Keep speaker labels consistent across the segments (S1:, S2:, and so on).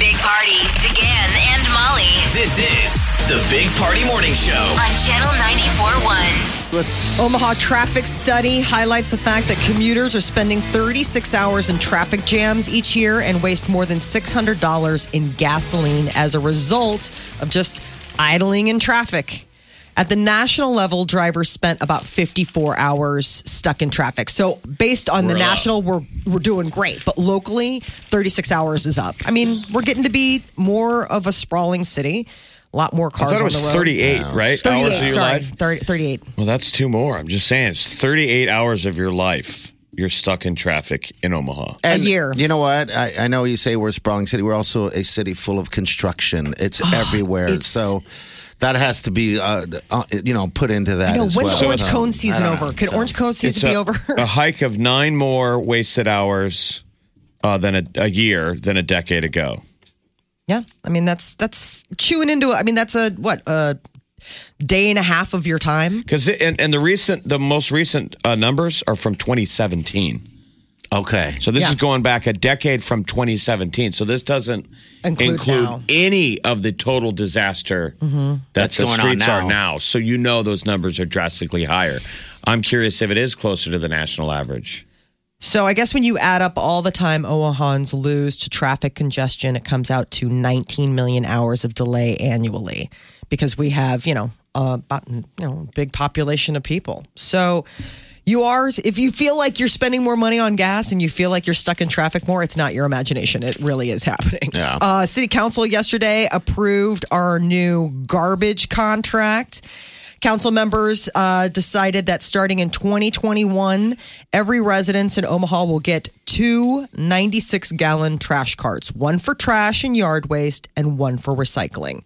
S1: Big Party, DeGan and Molly
S2: This is the Big Party Morning Show.
S1: on Channel 94.1.
S3: Omaha traffic study highlights the fact that commuters are spending 36 hours in traffic jams each year and waste more than $600 in gasoline as a result of just idling in traffic. At the national level, drivers spent about 54 hours stuck in traffic. So, based on
S2: We're
S3: the
S2: up.
S3: national, we're, we're doing great. But locally, 36 hours is up. I mean, we're getting to be more of a sprawling city, a lot more cars
S4: I thought it
S3: on the
S4: was
S3: road.
S4: 38, right?
S3: 38,
S4: hours of your
S3: sorry.
S4: life.
S3: 30, 38.
S4: Well, that's two more. I'm just saying, it's 38 hours of your life you're stuck in traffic in Omaha.
S3: A year.
S5: You know what? I, I know you say we're a sprawling city. We're also a city full of construction. It's everywhere.
S3: Ah, it's-
S5: so that has to be, uh, uh, you know, put into that.
S3: I know.
S5: as
S3: When's
S5: well.
S3: orange
S5: Um,
S3: cone
S5: I
S3: season
S5: don't
S3: over?
S5: know.
S3: Can orange cone season be
S4: a,
S3: over?
S4: a hike of nine more wasted hours uh, than a, a year than a decade ago.
S3: yeah. I mean, that's that's chewing into. it. I mean, that's a what a day and a half of your time.
S4: Because and, and the recent, the most recent uh, numbers are from 2017.
S5: Okay.
S4: So this
S3: Yeah.
S4: is going back a decade from 2017. So this doesn't
S3: Include
S4: include,
S3: now. Mm-hmm.
S4: any of the total disaster that
S5: That's
S4: the
S5: going on
S4: streets
S5: now.
S4: are now. So you know those numbers are drastically higher. I'm curious if it is closer to the national average.
S3: So I guess when you add up all the time Oahans lose to traffic congestion, it comes out to 19 million hours of delay annually because we have, you know, uh, about, you know, big population of people. So you are, if you feel like you're spending more money on gas and you feel like you're stuck in traffic more, it's not your imagination. It really is happening.
S5: Yeah.
S3: Uh, City Council yesterday approved our new garbage contract. Council members uh, decided that starting in 2021, every residence in Omaha will get two 96 gallon trash carts one for trash and yard waste, and one for recycling.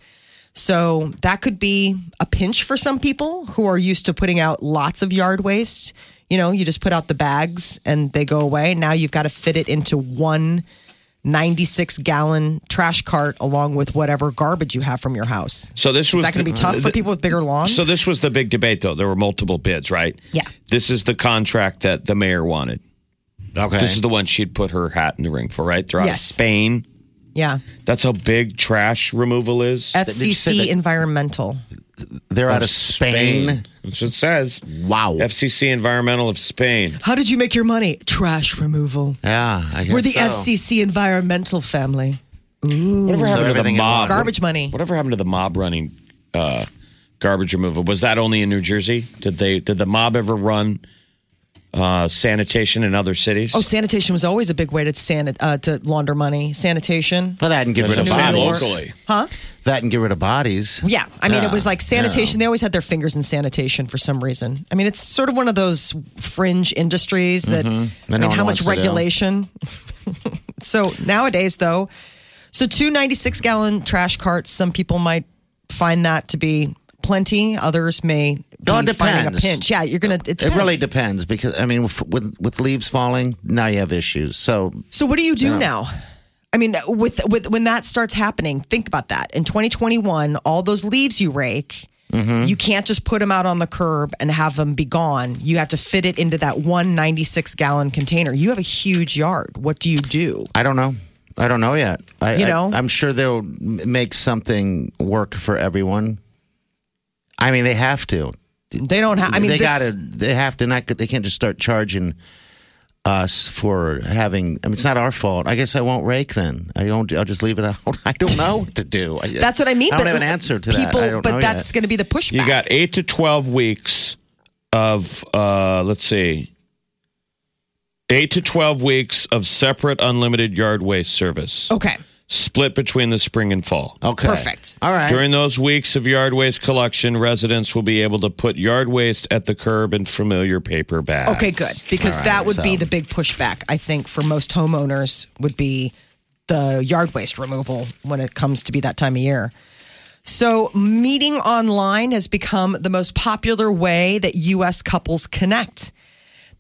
S3: So that could be a pinch for some people who are used to putting out lots of yard waste. You know, you just put out the bags and they go away. Now you've got to fit it into one 96 gallon trash cart along with whatever garbage you have from your house.
S4: So this
S3: Is
S4: was
S3: that going to be tough for
S4: th-
S3: people with bigger lawns?
S4: So this was the big debate, though. There were multiple bids, right?
S3: Yeah.
S4: This is the contract that the mayor wanted.
S5: Okay.
S4: This is the one she'd put her hat in the ring for, right? They're out
S3: Yes.
S4: of Spain.
S3: yeah.
S4: That's how big trash removal is.
S5: you say
S3: FCC
S5: that-
S3: Environmental.
S5: They're out of Spain.
S4: That's what it says.
S5: Wow.
S4: FCC Environmental of Spain.
S3: How did you make your money? Trash removal.
S5: yeah. I guess
S3: We're the
S5: so.
S3: FCC Environmental family.
S4: Whatever
S5: So
S4: happened to the
S5: everything in
S4: mob?
S3: Garbage money.
S4: Whatever happened to the mob running uh, garbage removal? Was that only in New Jersey? Did they did the mob ever run uh, sanitation in other cities?
S3: Oh, sanitation was always a big way to sanit- uh, to launder money. Sanitation.
S5: Well, that and get rid of
S4: New Sam
S3: York.
S5: bodies.
S4: locally.
S3: Huh?
S5: That and get rid of bodies.
S3: Yeah. I mean, it
S5: Yeah.
S3: was like sanitation. They always had their fingers in sanitation for some reason. I mean, it's sort of one of those fringe industries that, I
S5: That
S3: mean,
S5: no
S3: how
S5: one
S3: much
S5: wants to do.
S3: regulation? so nowadays, though, so two 96 gallon trash carts, some people might find that to be plenty. Others may be
S5: Oh, it
S3: finding a
S5: depends.
S3: pinch. Yeah, you're going to,
S5: It really depends because I mean, with, with with leaves falling, now you have issues. So
S3: So what do you do now? I mean, with with when that starts happening, think about that. In 2021, all those leaves you rake,
S5: Mm-hmm.
S3: you can't just put them out on the curb and have them be gone. You have to fit it into that one 96 gallon container. You have a huge yard. What do you do?
S5: I don't know. I don't know yet. I,
S3: You know?
S5: I, am sure they'll m- make something work for everyone. I mean, they have to.
S3: They don't have. I mean,
S5: they
S3: this-
S5: gotta. They have to. Not. They can't just start charging us for having. I mean, it's not our fault. I guess I won't rake then. I don't. I'll just leave it out. I don't know what to do. I,
S3: That's what I mean.
S5: I
S3: but
S5: don't have an answer to that.
S3: people,
S5: I don't
S3: but
S5: know
S3: that's
S5: yet.
S3: going to be the pushback.
S4: You got eight to twelve weeks of uh, let's see, eight to twelve weeks of separate unlimited yard waste service,
S3: okay.
S4: split between the spring and fall.
S5: Okay.
S3: Perfect.
S5: All right.
S4: During those weeks of yard waste collection, residents will be able to put yard waste at the curb in familiar paper bags.
S3: Okay, good. Because
S5: All right,
S3: that would be
S5: so-
S3: the big pushback, I think, for most homeowners would be the yard waste removal when it comes to be that time of year. So, meeting online has become the most popular way that U.S. couples connect.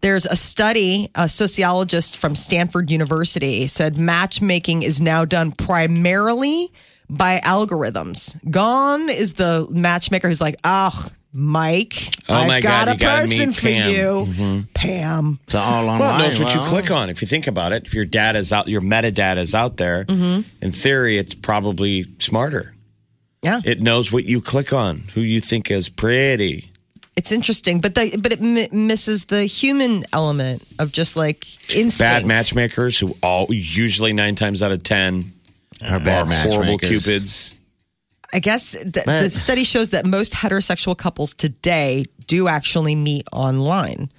S3: There's a study, a sociologist from Stanford University said matchmaking is now done primarily by algorithms. Gone is the matchmaker who's like, oh, Mike,
S4: Oh
S3: I've
S4: my
S3: got
S4: God,
S3: a
S4: you gotta
S3: person
S4: meet
S3: for
S4: Pam." Mm-hmm.
S3: you. Pam.
S5: It's all online.
S4: Well, it knows what you
S5: Well,
S4: click on. If you think about it, if your data's out, your metadata is out there. In theory, it's probably smarter.
S3: Yeah.
S4: It knows what you click on, who you think is pretty.
S3: it's interesting, but the, but it m- misses the human element of just like instinct.
S4: Bad matchmakers who all usually nine times out of ten
S5: Our
S4: are
S5: bad
S4: horrible
S5: matchmakers.
S4: cupids.
S3: I guess the, the
S5: But-
S3: study shows that most heterosexual couples today do actually meet online.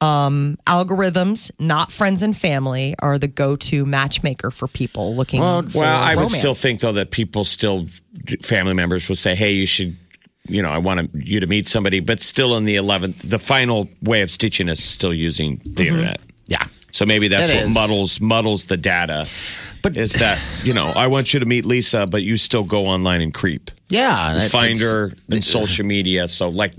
S3: Um, algorithms, not friends and family, are the go-to matchmaker for people looking.
S5: Well,
S3: for
S4: Well, I would
S3: romance.
S4: still think though that people still, family members will say, "Hey, you should." You know, I want to- you to meet somebody, but still in the 11th, the final way of stitching is still using the internet.
S5: Yeah.
S4: So maybe that's
S5: It
S4: what
S5: Mm-hmm. is.
S4: muddles muddles the data.
S5: But-
S4: is that you know I want you to meet Lisa, but you still go online and creep,
S5: Yeah. that-
S4: find
S5: it's-
S4: her in social media. So like,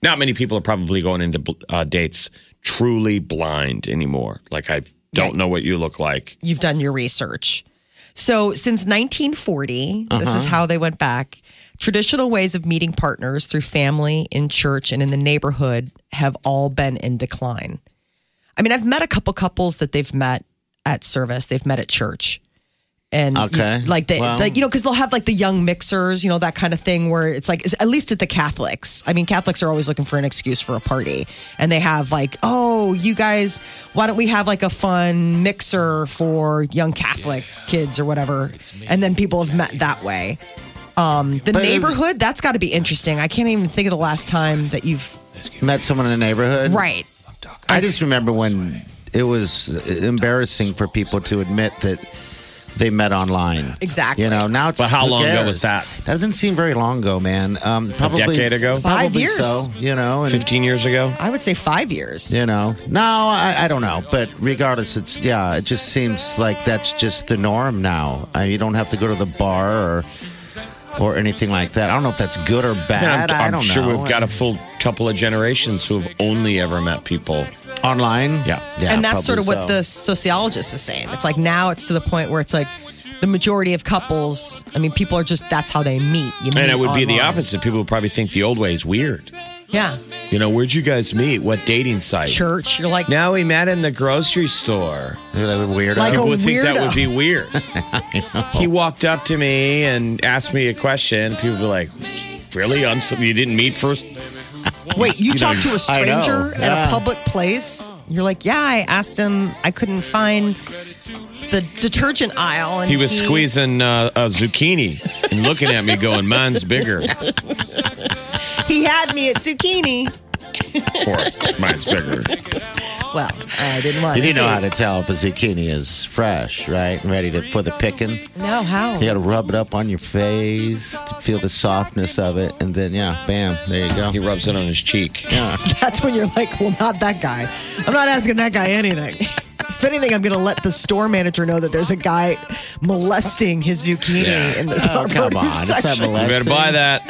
S4: not many people are probably going into bl- uh, dates truly blind anymore. Like I don't know what you look like.
S3: you've done your research. So since 1940, this
S4: Uh-huh.
S3: is how they went back. Traditional ways of meeting partners through family, in church, and in the neighborhood have all been in decline. I mean, I've met a couple couples that they've met at service, they've met at church. And you-
S5: Okay.
S3: like they,
S5: Well-
S3: like, you know, because they'll have like the young mixers, you know, that kind of thing where it's like, at least at the Catholics. I mean, Catholics are always looking for an excuse for a party. And they have like, oh, you guys, why don't we have like a fun mixer for young Catholic kids or whatever? And then people have met that way. Um, the
S5: But-
S3: neighborhood, that's got to be interesting. I can't even think of the last time that you've.
S5: met someone in the neighborhood.
S3: Right.
S5: I just remember when it was embarrassing for people to admit that they met online.
S3: Exactly.
S5: You know, now it's.
S4: But how
S5: who
S4: long ago
S5: cares?
S4: was that?
S5: That doesn't seem very long ago, man. Um, probably
S4: decade ago?
S3: Five
S5: probably
S3: years.
S5: So, you know, and,
S4: Fifteen years ago,
S3: I would say five years.
S5: you know, no, I, I don't know. But regardless, it's yeah, it just seems like that's just the norm now. I, you don't have to go to the bar or or anything like that. I don't know if that's good or bad.
S4: And
S5: I
S4: I'm,
S5: don't
S4: I'm sure
S5: know.
S4: we've got a full couple of generations who have only ever met people.
S5: online.
S4: Yeah.
S5: yeah
S3: and that's sort
S5: probably
S3: of what
S5: so.
S3: the sociologist is saying. It's like now it's to the point where it's like the majority of couples. I mean, people are just that's how they meet. You meet
S4: And it would be the
S3: online.
S4: opposite. People would probably think the old way is weird.
S3: Yeah,
S4: You know, where'd you guys meet? What dating site?
S3: church. You're like,
S4: Now we met in the grocery store.
S5: They're like weirdo.
S3: Like a
S4: People would think that
S3: weirdo.
S4: would be weird. he walked up to me and asked me a question. People would be like, Really? I'm so- you didn't meet first?
S3: wait, you talk to a
S5: I know.
S3: stranger at
S5: Yeah.
S3: a public place. You're like, yeah, I asked him. I couldn't find the detergent aisle, and
S4: He was squeezing uh, a zucchini and looking at me going, Mine's bigger.
S3: He had me at zucchini.
S4: Or mine's bigger.
S3: Well, I didn't want.
S5: You
S3: it.
S5: didn't know how to tell if a zucchini is fresh, right? and Ready to, for the picking.
S3: No, how?
S5: You got to rub it up on your face, to feel the softness of it, and then yeah, bam, there you go.
S4: He rubs it on his cheek.
S3: That's when you're like, well, not that guy. I'm not asking that guy anything. If anything, I'm going to let the store manager know that there's a guy molesting his zucchini in the
S5: Oh, come on, it's not
S3: section.
S4: You better
S5: molesting.
S4: buy that.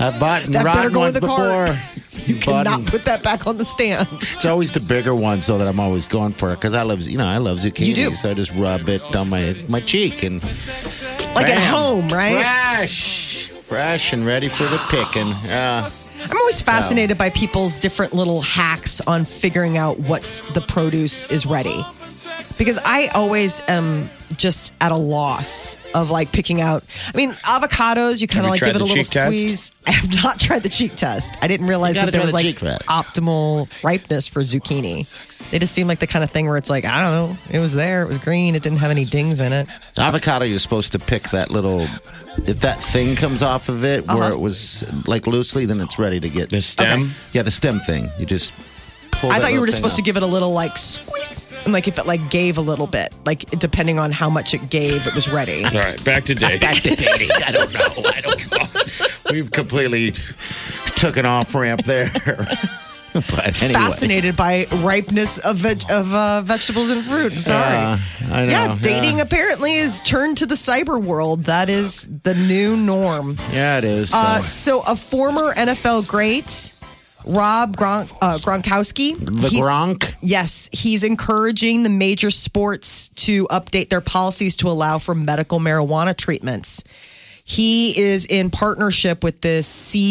S5: I've bought
S3: That better
S5: rotten
S3: go in
S5: ones
S3: the cart.
S5: before. You
S3: Cannot put that back on the stand.
S5: It's always the bigger ones though that I'm always going for because I love you know I love zucchini,
S3: You do.
S5: so I just rub it on my my cheek and
S3: Like at
S5: bam.
S3: home, right?
S5: Fresh, fresh and ready for the picking. Yeah.
S3: I'm always fascinated by people's different little hacks on figuring out what's the produce is ready. Because I always am just at a loss of like picking out. I mean, avocados, you kind of
S4: you
S3: like
S4: tried
S3: give it a
S4: the
S3: little
S4: cheek test?
S3: squeeze. I have not tried the cheek test. I didn't realize
S5: You
S3: that
S5: gotta
S3: there was
S5: try the
S3: like
S5: cheek test.
S3: optimal ripeness for zucchini. They just seem like the kind of thing where it's like, I don't know, it was there, it was green, it didn't have any dings in it.
S5: Avocado, you're supposed to pick that little. If that thing comes off of it where
S3: Uh-huh.
S5: it was like loosely, then it's ready to get
S4: The stem.
S5: Yeah, the stem thing. You just. Pull
S3: I thought you were just supposed to give it a little like squeeze, and like if it like gave a little bit, like depending on how much it gave, it was ready.
S4: All right, back to dating.
S5: Back to dating. I don't know. I don't know. We've completely took an off ramp there. But anyway.
S3: fascinated by ripeness of veg- of uh, vegetables and fruit. I'm sorry.
S5: Yeah, I know.
S3: yeah, dating
S5: Yeah.
S3: apparently is turned to the cyber world. That is the new norm.
S5: Yeah, it is.
S3: Uh,
S5: so.
S3: so, a former NFL great, Rob Gron- uh, Gronkowski.
S5: the
S3: he's-
S5: Gronk.
S3: Yes, he's encouraging the major sports to update their policies to allow for medical marijuana treatments. He is in partnership with this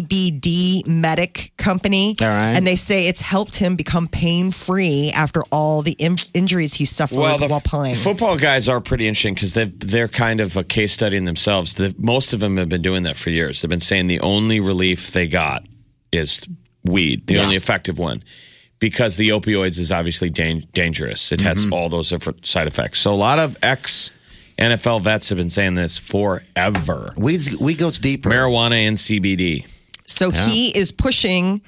S3: CBD Medic company.
S5: All right.
S3: And they say it's helped him become pain free after all the in- injuries he suffered
S4: the
S3: while
S4: f-
S3: playing.
S4: football guys are pretty interesting because they're kind of a case study in themselves. The, most of them have been doing that for years. They've been saying the only relief they got is weed, the only effective one, because the opioids is obviously dan- dangerous. It
S5: Mm-hmm.
S4: has all those different side effects. So a lot of ex NFL vets have been saying this forever.
S5: Weeds, weed goes deeper.
S4: Marijuana and CBD.
S3: So he is pushing.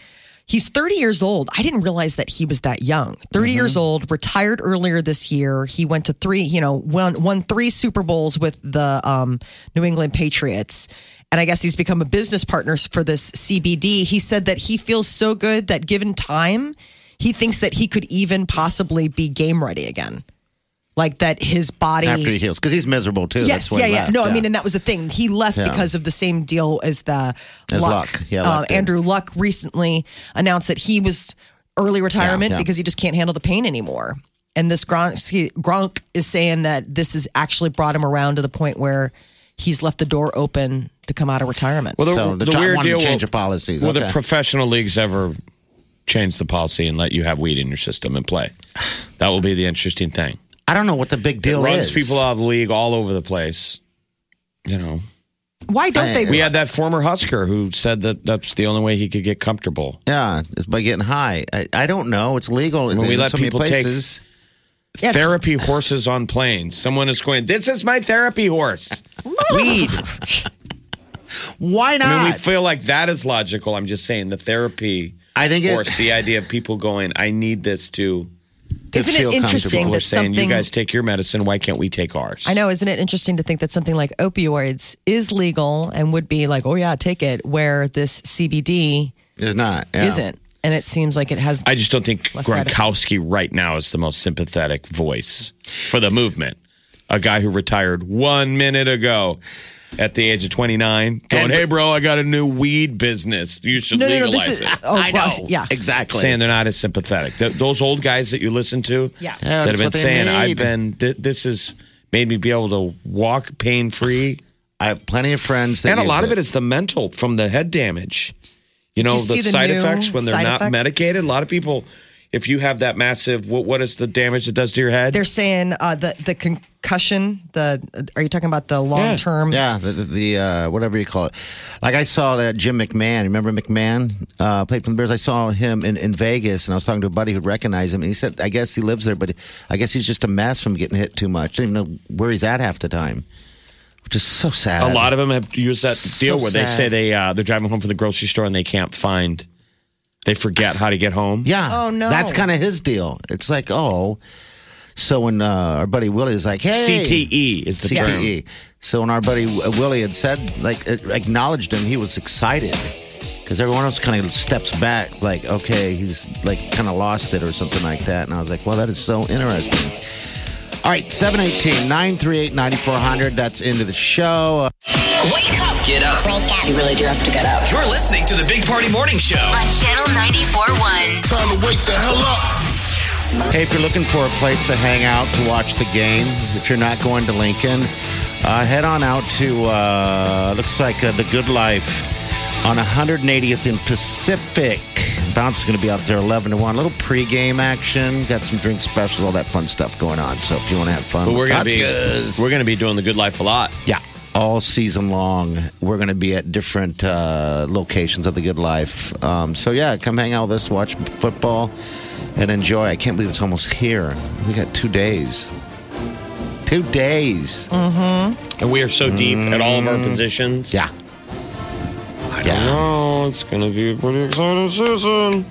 S3: He's 30 years old. I didn't realize that he was that young. 30 years old, retired earlier this year. He went to three, you know, won, won three Super Bowls with the um, New England Patriots. And I guess he's become a business partner for this CBD. He said that he feels so good that given time, he thinks that he could even possibly be game ready again. Like that his body
S5: after he heals because he's miserable too.
S3: Yes,
S5: That's why
S3: yeah,
S5: he
S3: yeah.
S5: left,
S3: No, I mean, and that was the thing. He left
S5: Yeah.
S3: because of the same deal as the
S5: As
S3: Luck.
S5: Luck. Yeah,
S3: Uh,
S5: Luck did.
S3: Andrew Luck recently announced that he was early retirement
S5: yeah.
S3: because he just can't handle the pain anymore. And this Gronk, Gronk is saying that this has actually brought him around to the point where he's left the door open to come out of retirement.
S4: Well, the,
S5: so the,
S4: the
S5: John
S4: weird
S5: wanted
S4: deal
S5: to change
S4: will-
S5: of policies.
S4: Will the
S5: Okay.
S4: professional leagues ever change the policy and let you have weed in your system and play? That will be the interesting thing.
S5: I don't know what the big
S4: It
S5: deal
S4: runs
S5: is.
S4: people out of the league all over the place. You know,
S3: Why don't they?
S4: we had that former Husker who said that that's the only way he could get comfortable.
S5: Yeah, it's by getting high. I, I don't know. It's legal in,
S4: When we
S5: in
S4: let
S5: so many
S4: people take-
S5: places.
S3: Yes.
S4: Therapy horses on planes. Someone is going, This is my therapy horse. weed.
S5: Why not?
S4: I mean, we feel like that is logical. I'm just saying the therapy
S5: I think it-
S4: horse, the idea of people going, I need this to.
S3: Isn't
S5: feel
S3: it interesting
S5: comfortable.
S4: People are
S3: that
S4: saying,
S3: something?
S4: You guys take your medicine. Why can't we take ours?
S3: I know, isn't it interesting to think that something like opioids is legal and would be like, oh yeah, take it, where this CBD
S5: it's not. yeah.
S3: isn't. And it seems like it has.
S4: I just don't think
S3: Less
S4: Gronkowski right now is the most sympathetic voice for the movement. A guy who retired one minute ago at the age of 29, going,
S5: And-
S4: hey, bro, I got a new weed business. You should
S3: no, no, no.
S4: legalize
S3: This is.
S4: it.
S3: Oh,
S5: I know.
S3: gosh, yeah.
S5: exactly.
S4: Saying they're not as sympathetic. Th- those old guys that you listen to
S3: Yeah.
S4: that have
S5: Yeah, that's
S4: been
S5: what they
S4: saying,
S5: need.
S4: I've been, th- this has made me be able to walk pain free.
S5: I have plenty of friends. That
S4: And a
S5: use
S4: lot of it is the mental from the head damage. You know,
S3: you
S4: the,
S3: see the
S4: side
S3: new
S4: effects when they're
S3: side
S4: not
S3: effects?
S4: medicated. A lot of people, if you have that massive, what, what is the damage it does to your head?
S3: They're saying uh, the the concussion. The are you talking about the long term?
S5: Yeah, the, the, the uh, whatever you call it. Like I saw that Jim McMahon. Remember McMahon uh, played for the Bears. I saw him in, in Vegas, and I was talking to a buddy who recognized him, and he said, "I guess he lives there, but I guess he's just a mess from getting hit too much. Didn't even know where he's at half the time, which is so sad.
S4: a lot of them have used that
S5: So
S4: deal where they say
S5: sad.
S4: they uh, they're driving home from the grocery store and they can't find, they forget how to get home.
S5: Yeah.
S3: Oh, no.
S5: That's kind of his deil. It's like oh. So when uh, our buddy Willie is like, hey,
S4: CTE E is the term.
S5: CTE. So when our buddy uh, Willie had said, like, uh, acknowledged him, he was excited because everyone else kind of steps back, like, okay, he's like kind of lost it or something like that. And I was like, well, that is so interesting. All right, 718 938 9400. That's into the show.
S1: Wake up
S2: Get up.
S6: You really do have to get up.
S2: You're listening to the Big Party Morning Show.
S1: on Channel 94.1.
S7: Time to wake the hell up.
S5: Hey, if you're looking for a place to hang out to watch the game, if you're not going to Lincoln, uh, head on out to uh, looks like uh, the Good Life on 180th in Pacific. Bounce is going to be out there 11 to one. A little pregame action, got some drink specials, all that fun stuff going on. So if you want to have fun,
S4: But we're
S5: with
S4: gonna be
S5: Kotzkas.
S4: we're gonna be doing the good life a lot.
S5: Yeah. All season long, we're going to be at different uh, locations of the Good Life. Um, so yeah, come hang out with us, watch football, and enjoy. I can't believe it's almost here. We got two days. Two days.
S3: Mm.
S4: And we are so deep at all of our positions.
S5: Yeah.
S4: I
S5: Yeah.
S4: don't know. It's gonna be a pretty exciting season.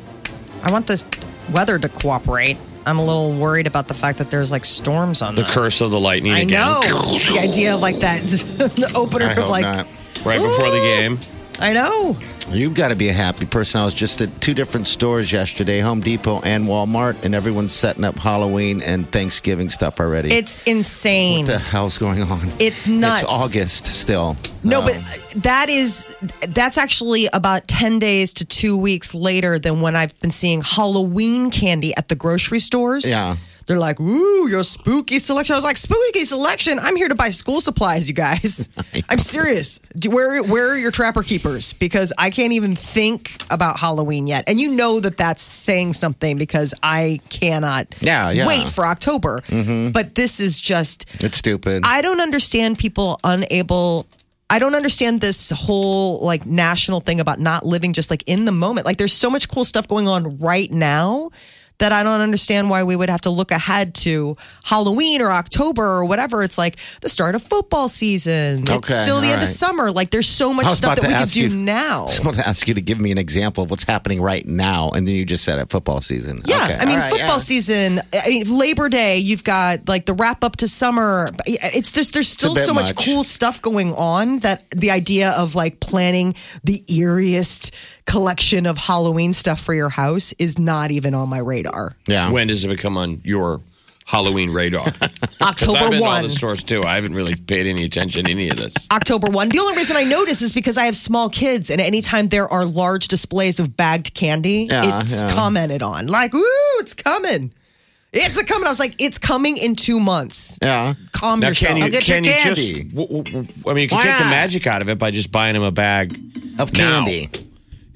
S3: I want this weather to cooperate. I'm a little worried about the fact that there's like storms on
S4: The
S3: the.
S4: curse of the lightning
S3: I
S4: again.
S3: know the idea of like that the opener
S5: I
S3: of
S5: hope
S3: like
S5: not.
S4: Right before the game.
S3: I know.
S5: You've got to be a happy person. I was just at two different stores yesterday Home Depot and Walmart, and everyone's setting up Halloween and Thanksgiving stuff already.
S3: It's insane.
S5: what the hell's going on?
S3: It's nuts.
S5: It's August still.
S3: No,
S5: Um,
S3: but that is that's actually about 10 days to 2 weeks later than when I've been seeing Halloween candy at the grocery stores.
S5: Yeah.
S3: They're like, "Ooh, your spooky selection." I was like, "Spooky selection? I'm here to buy school supplies, you guys." I'm serious. Do, where where are your trapper keepers? Because I can't even think about Halloween yet. And you know that that's saying something because I cannot
S5: Yeah, Mm-hmm. yeah.
S3: wait for October. But this is just
S5: it's stupid.
S3: I don't understand people unable. I don't understand this whole like national thing about not living just like in the moment. Like there's so much cool stuff going on right now that I don't understand why we would have to look ahead to Halloween or October or whatever. It's like the start of football season. it's
S5: Okay,
S3: still the
S5: all
S3: end of
S5: right.
S3: summer. Like there's so much
S5: I was
S3: stuff
S5: about
S3: that we
S5: to
S3: could
S5: ask
S3: do
S5: you-
S3: now.
S5: I was about to ask you to give me an example of what's happening right now, and then you just said it football season.
S3: Yeah,
S5: Okay,
S3: I mean
S5: all right,
S3: football
S5: yeah.
S3: season. I mean Labor Day. You've got like the wrap up to summer. It's just there's still
S5: bit
S3: so much
S5: much.
S3: cool stuff going on that the idea of like planning the eeriest collection of Halloween stuff for your house is not even on my radar.
S5: Yeah.
S4: When does it become on your Halloween radar? 'Cause I've
S3: October
S4: been to all
S3: one.
S4: the stores too. I haven't really paid any attention to any of this.
S3: October 1. The only reason I notice is because I have small kids, and anytime there are large displays of bagged candy,
S5: Yeah,
S3: it's
S5: yeah.
S3: commented on. Like, ooh, it's coming. It's a coming. I was like, it's coming in two months.
S5: Yeah.
S3: Calm
S4: Now,
S3: yourself.
S4: can you,
S5: get
S4: can
S5: your
S4: you just,
S5: candy.
S4: w- w- w- I mean, you can
S5: Why
S4: take the
S5: not?
S4: magic out of it by just buying them a bag
S5: Of
S4: now.
S5: candy.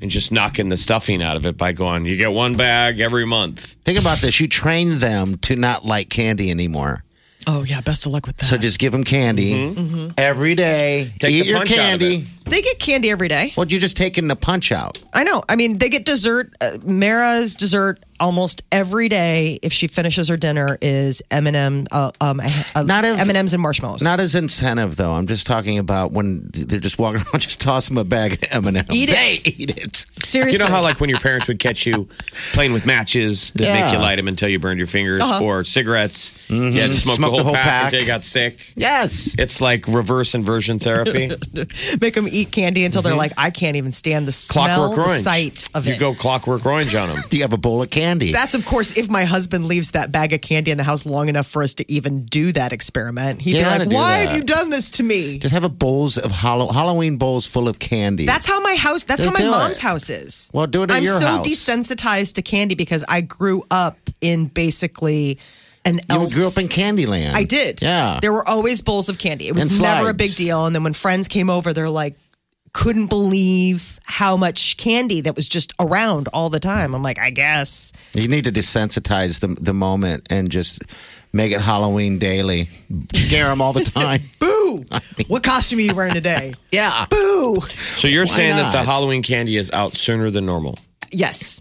S4: and just knocking the stuffing out of it by going, you get one bag every month.
S5: Think about this. You train them to not like candy anymore.
S3: Oh yeah, best of luck with that.
S5: So just give them candy
S3: Mm-hmm.
S5: Mm-hmm. every day.
S4: Mm-hmm. Take
S5: Eat
S4: the
S5: your
S4: punch out of
S5: candy.
S4: it.
S3: they get candy every day.
S5: Well, you're just taking the punch out.
S3: I know. I mean, they get dessert. Uh, Mara's dessert almost every day. If she finishes her dinner, is M and M, uh, um, uh,
S5: Not if-
S3: M and M's and marshmallows.
S5: Not as incentive though. I'm just talking about when they're just walking around, just toss them a bag of M&Ms.
S3: Eat it.
S5: They eat it.
S3: Seriously,
S4: You know how, like, when your parents would catch you playing with matches that make you
S5: Yeah. Uh-huh. Mm-hmm.
S4: light them until you burned your fingers, or cigarettes, you had to smoke, the
S5: Smoke
S4: whole, pack,
S5: pack.
S4: until you got sick.
S5: Yes.
S4: It's like reverse inversion therapy.
S3: make them eat candy until they're like, I can't even stand the smell,
S4: clockwork
S3: the
S4: orange.
S3: sight of
S4: Mm-hmm. you
S3: it.
S4: go clockwork orange on them.
S5: Do you have a bowl of candy?
S3: That's of course if my husband leaves that bag of candy in the house long enough for us to even do that experiment. He'd be
S5: You gotta
S3: like,
S5: do
S3: "Why have
S5: that.
S3: you done this to me?"
S5: just have a bowls of hollow- Halloween bowls full of candy.
S3: That's how my house. That's
S5: Just
S3: how my
S5: do
S3: mom's
S5: it.
S3: house is.
S5: Well, do it at
S3: I'm
S5: your
S3: so
S5: house.
S3: desensitized to candy because I grew up in basically an
S5: you
S3: elf.
S5: grew up in Candyland.
S3: I did.
S5: Yeah.
S3: There were always bowls of candy. It was
S5: And
S3: never a
S5: slides.
S3: big deal. And then when friends came over, they're like, couldn't believe how much candy that was just around all the time. I'm like, I guess.
S5: You need to desensitize the the moment and just make it Halloween daily. Scare them all the time.
S3: Boo! what costume are you wearing today?
S5: yeah.
S3: Boo!
S4: So you're saying that the
S5: not?
S4: Halloween candy is out sooner than normal.
S3: Yes.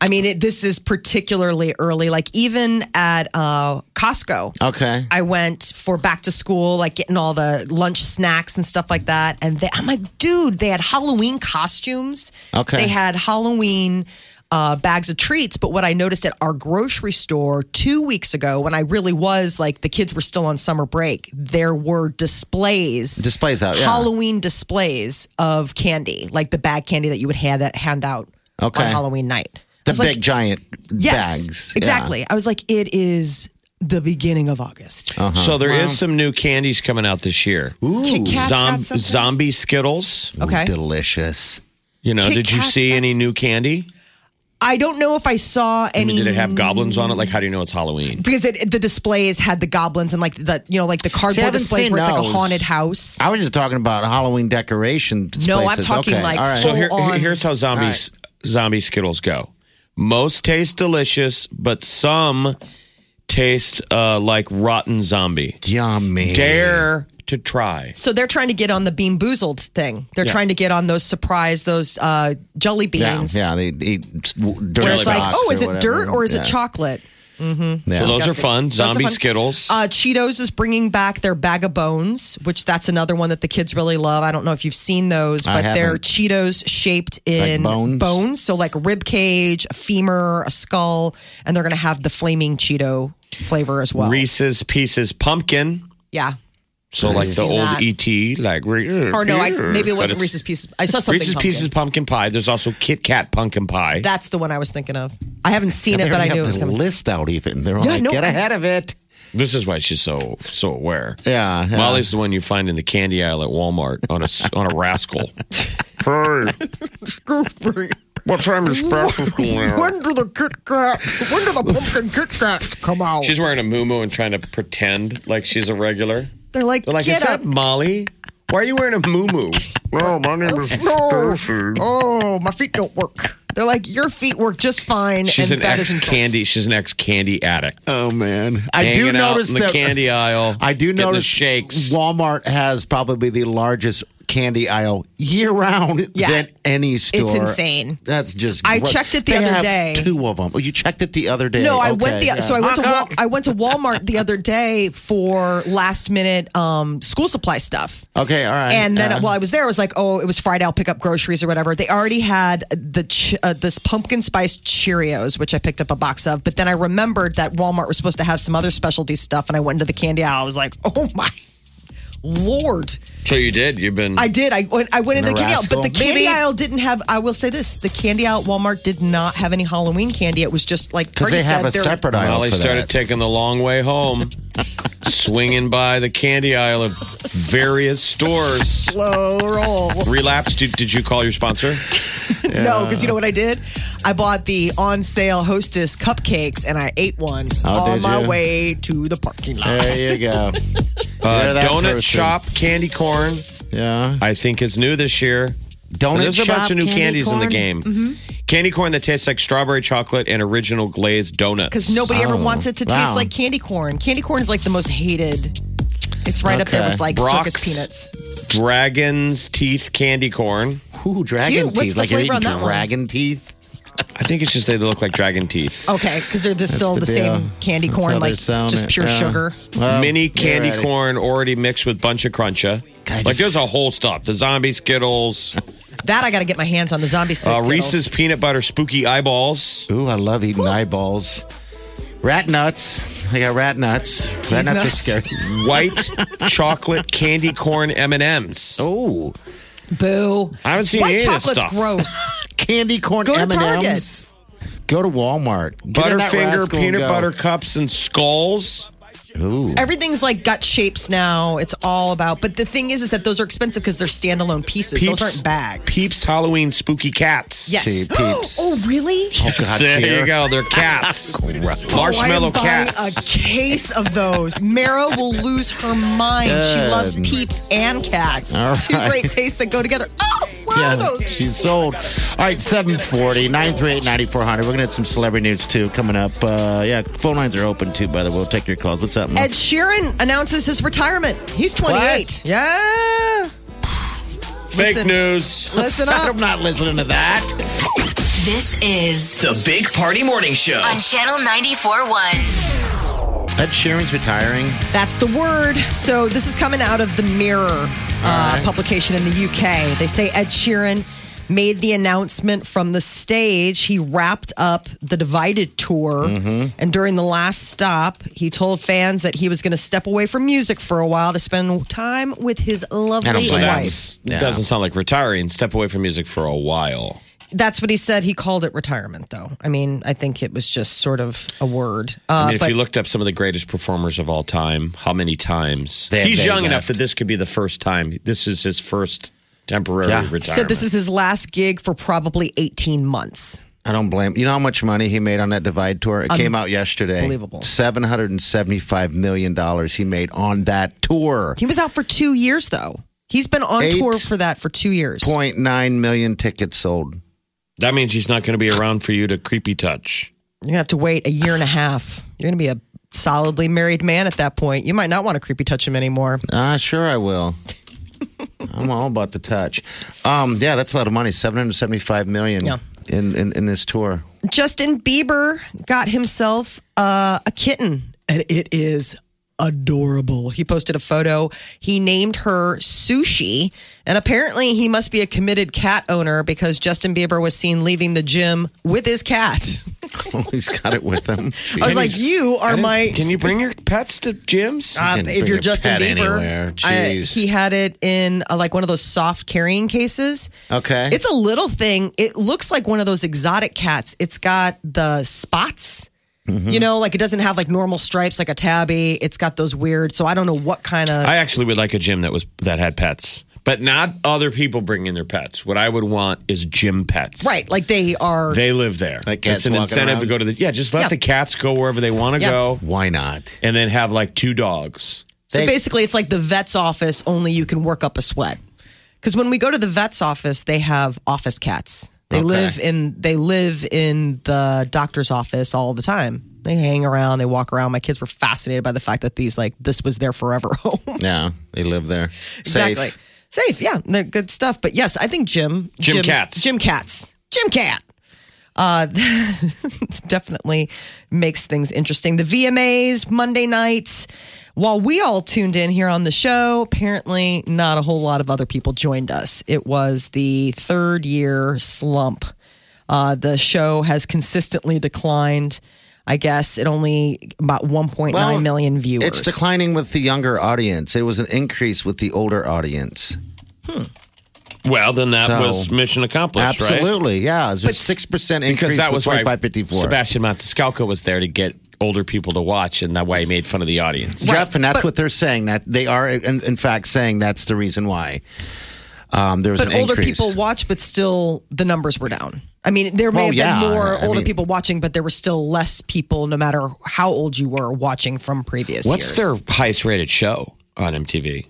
S3: I mean, it, this is particularly early. Like, even at uh, Costco,
S5: Okay.
S3: I went for back to school, like getting all the lunch snacks and stuff like that. And they, I'm like, dude, they had Halloween costumes.
S5: Okay.
S3: They had Halloween uh, bags of treats. But what I noticed at our grocery store two weeks ago, when I really was like, the kids were still on summer break, there were displays.
S5: Displays out, yeah.
S3: Halloween displays of candy, like the bag candy that you would hand, hand out
S5: Okay.
S3: on Halloween night. I
S5: the
S3: was
S5: big
S3: like,
S5: giant
S3: yes,
S5: bags. Yeah.
S3: Exactly. I was like, it is the beginning of August.
S4: So there is some new candies coming out this year.
S3: Kit Kat's got
S4: Zom-
S3: something?
S4: zombie Skittles.
S3: Okay.
S5: Delicious.
S4: You know,
S3: Kit
S4: did you
S3: Kat's
S4: see
S3: got
S4: any
S3: some-
S4: new candy?
S3: I don't know if I saw
S4: I
S3: any.
S4: mean, did it have goblins on it? Like, how do you know it's Halloween?
S3: because it, the displays had the goblins and like the you know like the
S5: See, I
S3: cardboard
S5: haven't
S3: displays
S5: seen
S3: where it's like a
S5: those.
S3: haunted house.
S5: I was just talking about Halloween decoration.
S3: No, I'm
S5: places.
S3: talking
S5: Okay,
S3: like
S5: all right.
S4: So here,
S3: Full on.
S4: here's how zombies zombie Skittles go. Most taste delicious, but some taste uh, like rotten zombie.
S5: yummy.
S4: Dare to try.
S3: So they're trying to get on the bean boozled thing. They're
S4: Yeah.
S3: trying to get on those surprise those uh, jelly
S5: Yeah,
S3: beans.
S5: yeah, they eat dirt.
S3: Where it's
S4: Jelly
S3: like,
S4: box
S3: oh, is it dirt or is it chocolate?
S5: chocolate?
S4: So those are fun.
S3: Those are
S4: Zombie
S3: fun.
S4: Skittles.
S3: Uh, Cheetos is bringing back their bag of bones, which that's another one that the kids really love. I don't know if you've seen those,
S5: I
S3: but they're
S5: haven't.
S3: Cheetos shaped in
S5: bones?
S3: so like a rib cage, a femur, a skull, and they're going to have the flaming Cheeto flavor as well.
S4: Reese's Pieces Pumpkin.
S3: yeah.
S4: So like the
S3: See
S4: old
S3: that.
S4: ET, like
S3: Or no, I, maybe it
S4: But
S3: wasn't
S4: it's-
S3: Reese's Pieces. I saw something.
S4: Reese's
S3: pumpkin.
S4: Pieces pumpkin pie. There's also Kit Kat pumpkin pie.
S3: That's the one I was thinking of. I haven't seen
S5: They
S3: it, but I
S5: already
S3: knew
S5: have
S3: it was
S5: the
S3: coming.
S5: list out even. They're
S3: Yeah,
S5: like,
S3: no,
S5: get
S3: I-
S5: ahead of it.
S4: this is why she's so so aware.
S5: Yeah, yeah.
S4: Molly's the one you find in the candy aisle at Walmart on a s- on a rascal. hey, what time is
S3: When do the Kit Kat? When do the pumpkin Kit Kats come out?
S4: She's wearing a muumuu and trying to pretend like she's a regular.
S3: They're like,
S4: They're like,
S3: get
S4: is
S3: up.
S4: that Molly? Why are you wearing a muumuu?
S5: Well, my name is
S3: No. Oh, my feet don't work. They're like, your feet work just fine.
S4: She's
S3: and
S4: an
S3: that is
S4: ex candy. She's an ex candy addict.
S5: Oh man, I do
S4: Hanging out
S5: notice
S4: in the
S5: that
S4: candy aisle,
S5: I do
S4: getting the
S5: notice
S4: shakes.
S5: Walmart has probably the largest candy aisle year round
S3: Yeah.
S5: than any store.
S3: insane.
S5: That's just.
S3: I
S5: gro-
S3: checked it the
S5: They
S3: other
S5: have
S3: day.
S5: Two of them. Oh, you checked it the other day.
S3: No, I
S5: Okay,
S3: went the
S5: yeah.
S3: so I went to
S5: Honk,
S3: Wal-
S5: honk.
S3: I went to Walmart the other day for last minute um, school supply stuff.
S5: Okay, all right.
S3: And then
S5: Uh,
S3: while I was there, I was like, "Oh, it was Friday. I'll pick up groceries or whatever." They already had the ch- uh, this pumpkin spice Cheerios, which I picked up a box of. But then I remembered that Walmart was supposed to have some other specialty stuff, and I went into the candy aisle. I was like, "Oh my lord!"
S4: So you did. You've been.
S3: I did. I went, I went into the candy aisle, but the
S5: rascal.
S3: candy
S5: Maybe-
S3: aisle didn't have. I will say this: the candy aisle at Walmart did not have any Halloween candy. It was just like
S5: because
S3: Party
S5: they have
S3: said,
S5: a
S3: they're-
S5: separate aisle
S4: Molly
S5: for
S4: started
S5: that.
S4: taking the long way home, swinging by the candy aisle of various stores.
S3: slow roll.
S4: Relapse. Did, did you call your sponsor?
S3: No, because you know what I did? I bought the on sale Hostess cupcakes and I ate one
S5: Oh,
S3: on
S5: did
S3: my
S5: you?
S3: way to the parking lot.
S5: there you go.
S4: Uh,
S5: You're that
S4: donut
S5: person.
S4: shop candy corn.
S5: Yeah,
S4: I think is new this year.
S5: donut.
S4: And there's a bunch
S5: shop
S4: of new
S5: candy
S4: candies in the
S5: corn? Mm-hmm.
S4: game. Candy corn that tastes like strawberry chocolate and original glazed donuts.
S3: Because nobody ever wants it to taste
S5: Oh, wow.
S3: like candy corn. Candy corn is like the most hated. It's right up there
S5: Okay.
S3: with like
S4: Brock's
S3: circus peanuts.
S4: Dragon's teeth candy corn.
S5: Ooh, dragon
S3: Cute. What's
S5: teeth.
S3: the
S5: Like you're
S3: flavor on
S5: eating
S3: that one?
S5: dragon teeth.
S4: I think it's just they look like dragon teeth.
S3: Okay, because they're the, still the,
S5: the
S3: same
S5: deal.
S3: candy
S5: That's
S3: corn,
S5: how they
S3: like
S5: sound
S3: just
S5: it.
S3: pure
S5: Yeah.
S3: sugar.
S5: Well,
S4: Mini
S5: Oh, you're
S4: candy
S5: ready.
S4: corn already mixed with bunch of cruncha.
S5: God, I
S4: like
S5: just-
S4: there's a whole stuff. The zombie Skittles,
S3: That I got to get my hands on the zombie
S4: uh,
S3: Skittles.
S4: Reese's peanut butter spooky eyeballs.
S5: Ooh, I love eating eyeballs. Rat nuts. I got rat nuts. Rat
S3: These
S5: nuts are
S3: nuts.
S5: scary.
S4: White chocolate candy corn M&Ms.
S5: Oh,
S3: Boo.
S4: I haven't seen
S3: White
S4: any of this
S3: chocolate's
S4: stuff.
S3: gross.
S5: candy corn
S3: Go to
S5: M&Ms. Go to Walmart. Get in that
S4: Butterfinger
S5: rascal and
S4: peanut
S5: go.
S4: butter cups and skulls.
S5: Ooh.
S3: Everything's like gut shapes now. It's all about. But the thing is, is that those are expensive because they're standalone pieces.
S4: Peeps-
S3: those aren't bags.
S4: Peeps Halloween spooky cats.
S3: Yes.
S5: See, Peeps.
S3: oh, really?
S5: Oh, God,
S4: There you
S5: Sierra.
S4: go. They're cats.
S3: Oh, I
S4: Marshmallow
S3: am buying
S4: cats.
S3: a case of those. Mara will lose her mind. She
S5: Good.
S3: loves peeps and cats.
S5: All
S3: Two
S5: right.
S3: great tastes that go together. Oh, what are
S5: Yeah,
S3: those?
S5: she's sold. All right, 740 938 9400. We're going to have some celebrity news too coming up. Uh, yeah, phone lines are open too, by the way. We'll take your calls. What's up, Mo?
S3: Ed Sheeran announces his retirement. He's 28. Yeah.
S4: Fake
S3: Listen.
S4: news.
S3: Listen up.
S5: I'm not listening to that.
S1: This is
S2: The Big Party Morning Show.
S1: on Channel 94.1.
S5: Ed Sheeran's retiring.
S3: That's the word. So this is coming out of the Mirror uh, publication in the UK. They say Ed Sheeran made the announcement from the stage. He wrapped up the Divided tour,
S4: Mm-hmm.
S3: and during the last stop, he told fans that he was going to step away from music for a while to spend time with his lovely
S5: don't
S4: So
S5: blame him.
S3: wife.
S4: that's,
S5: Yeah.
S4: doesn't sound like retiring. Step away from music for a while.
S3: That's what he said. He called it retirement, though. I mean, I think it was just sort of a word. Uh,
S4: I mean, if
S3: but-
S4: you looked up some of the greatest performers of all time, how many times?
S5: They-
S4: He's
S5: they
S4: young
S5: left.
S4: enough that this could be the first time. This is his first temporary
S5: Yeah.
S4: retirement.
S3: said this is his last gig for probably 18 months.
S5: I don't blame. You know how much money he made on that Divide tour? It came out yesterday.
S3: Unbelievable.
S5: Seven hundred and seventy-five million dollars he made on that tour.
S3: He was out for two years though. He's been on
S5: Eight
S3: tour for that for two years.
S5: Point nine million tickets sold.
S4: that means he's not going to be around for you to creepy touch.
S3: You're gonna have to wait a year and a half. You're gonna be a solidly married man at that point. You might not want to creepy touch him anymore.
S5: Ah, sure I will. I'm all about the touch. Um, yeah, that's a lot of money. Seven hundred seventy-five million
S3: Yeah.
S5: in, in in this tour.
S3: Justin Bieber got himself uh, a kitten, and it is adorable. He posted a photo. He named her Sushi, and apparently he must be a committed cat owner because Justin Bieber was seen leaving the gym with his cat.
S5: Oh, He's got it with him.
S3: I was like, you are my.
S4: Can you bring your pets to gyms?
S3: Uh,
S5: didn't
S3: if
S5: bring
S3: you're
S5: a
S3: Justin
S5: pet
S3: Bieber,
S5: anywhere.
S3: I-
S5: Jeez.
S3: he had it in uh, like one of those soft carrying cases.
S5: okay.
S3: It's a little thing. It looks like one of those exotic cats. It's got the spots.
S5: Mm-hmm.
S3: You know, like it doesn't have like normal stripes like a tabby. It's got those weird. So I don't know what kind of.
S4: I actually would like a gym that was that had pets, but not other people bringing their pets. What I would want is gym pets.
S3: right. Like they are.
S4: They live there.
S5: Like cats
S4: it's an
S5: walking
S4: incentive to
S5: around?
S4: go to the yeah. Just let
S3: Yeah.
S4: the cats go wherever they want to
S3: Yeah.
S4: go,
S5: Why not?
S4: and then have like two dogs.
S3: so
S5: they-
S3: basically, it's like the vet's office, only you can work up a sweat. Because when we go to the vet's office, they have office cats. They
S5: Okay.
S3: live in they live in the doctor's office all the time. They hang around, they walk around. My kids were fascinated by the fact that these like this was their forever home.
S5: Yeah, they live there.
S3: Exactly.
S5: Safe.
S3: Safe, yeah. They're good stuff. But yes, I think Jim.
S4: Gym cats.
S3: Jim cats. Jim cat. Uh, definitely makes things interesting. The VMAs, Monday nights. While we all tuned in here on the show, apparently not a whole lot of other people joined us. It was the third year slump. Uh, the show has consistently declined. I guess it only about 1.9 million
S5: Well,
S3: viewers.
S5: It's declining with the younger audience. It was an increase with the older audience.
S4: Well, then that
S5: So-
S4: was mission accomplished, right?
S5: Absolutely. Yeah. It was a 6% increase
S4: Because that was
S5: with
S4: why
S5: 2554.
S4: Sebastian Maniscalco was there to get older people to watch, and that why he made fun of the audience.
S5: Jeff, and that's what they're saying. That they are, in, in fact, saying that's the reason why um, there was
S3: but
S5: an
S3: older
S5: increase.
S3: people watch, but still the numbers were down. I mean, there may
S5: Oh,
S3: have
S5: yeah.
S3: been more
S5: I
S3: older
S5: mean-
S3: people watching, but there were still less people, no matter how old you were, watching from previous years.
S4: What's their highest rated show on MTV?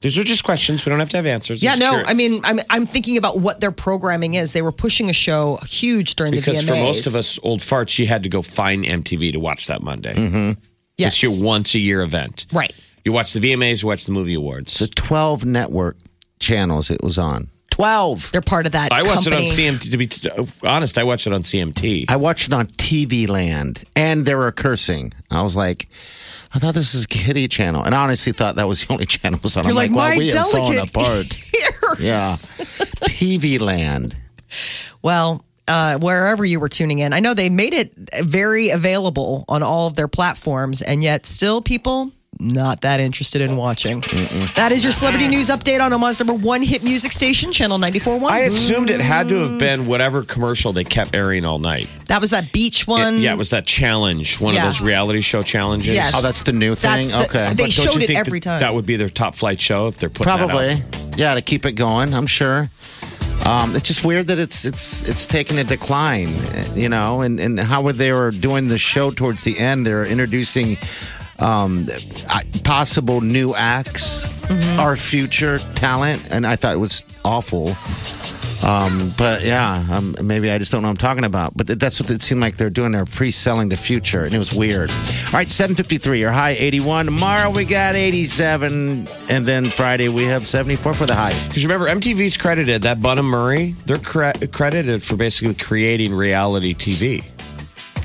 S4: These are just questions. We don't have to have answers.
S3: Yeah,
S4: I'm just
S3: no,
S4: curious.
S3: I mean, I'm I'm thinking about what their programming is. They were pushing a show huge during
S4: because
S3: the VMAs.
S4: for most of us old farts, you had to go find MTV to watch that Monday.
S3: Mm-hmm. yes,
S4: It's your once a year event.
S3: right.
S4: You watch the VMAs, you watch the movie awards.
S5: The 12 network channels it was on. 12.
S3: They're part of that.
S4: I watched
S3: company.
S4: it on CMT. To be t- uh, honest, I watched it on CMT.
S5: I watched it on TV Land, and they were cursing. I was like, I thought this is a kiddie channel, and I honestly thought that was the only channel it was on.
S3: You're like,
S5: I'm like, wow,
S3: my
S5: we have fallen
S3: delicate ears.
S5: apart. yeah, TV Land.
S3: Well, uh, wherever you were tuning in, I know they made it very available on all of their platforms, and yet still people not that interested in watching. That is your celebrity news update on Omaha's number one hit music station, Channel 94.1.
S4: I assumed it had to
S3: Mm.
S4: have been whatever commercial they kept airing all night.
S3: that was that beach one.
S4: It- yeah, it was that challenge, one
S3: Yeah.
S4: of those reality show challenges.
S3: Yes.
S5: Oh, that's the new
S3: That's
S5: thing.
S3: the-
S5: okay,
S3: They
S4: But don't
S3: showed
S4: you
S3: it
S4: think
S3: every time.
S4: that, that would be their top flight show if they're putting that out?
S5: probably. Yeah, to keep it going. I'm sure. Um, it's just weird that it's it's it's taking a decline, you know. And and how were they were doing the show towards the end? They're introducing um, uh, possible new acts,
S4: Mm-hmm.
S5: our future talent, and I thought it was awful. Um, but yeah, um, maybe I just don't know what I'm talking about. But that's what it seemed like they're doing. They're pre-selling the future, and it was weird. All right, 753 or high 81. Tomorrow we got 87, and then Friday we have 74 for the high.
S4: Because remember, MTV's credited that Bunham Murray. They're cre- credited for basically creating reality TV,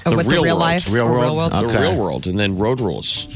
S3: Oh, with the real
S4: world.
S3: life.
S5: Real
S3: or
S5: world?
S4: the
S5: Okay.
S4: real world, and then Road Rules.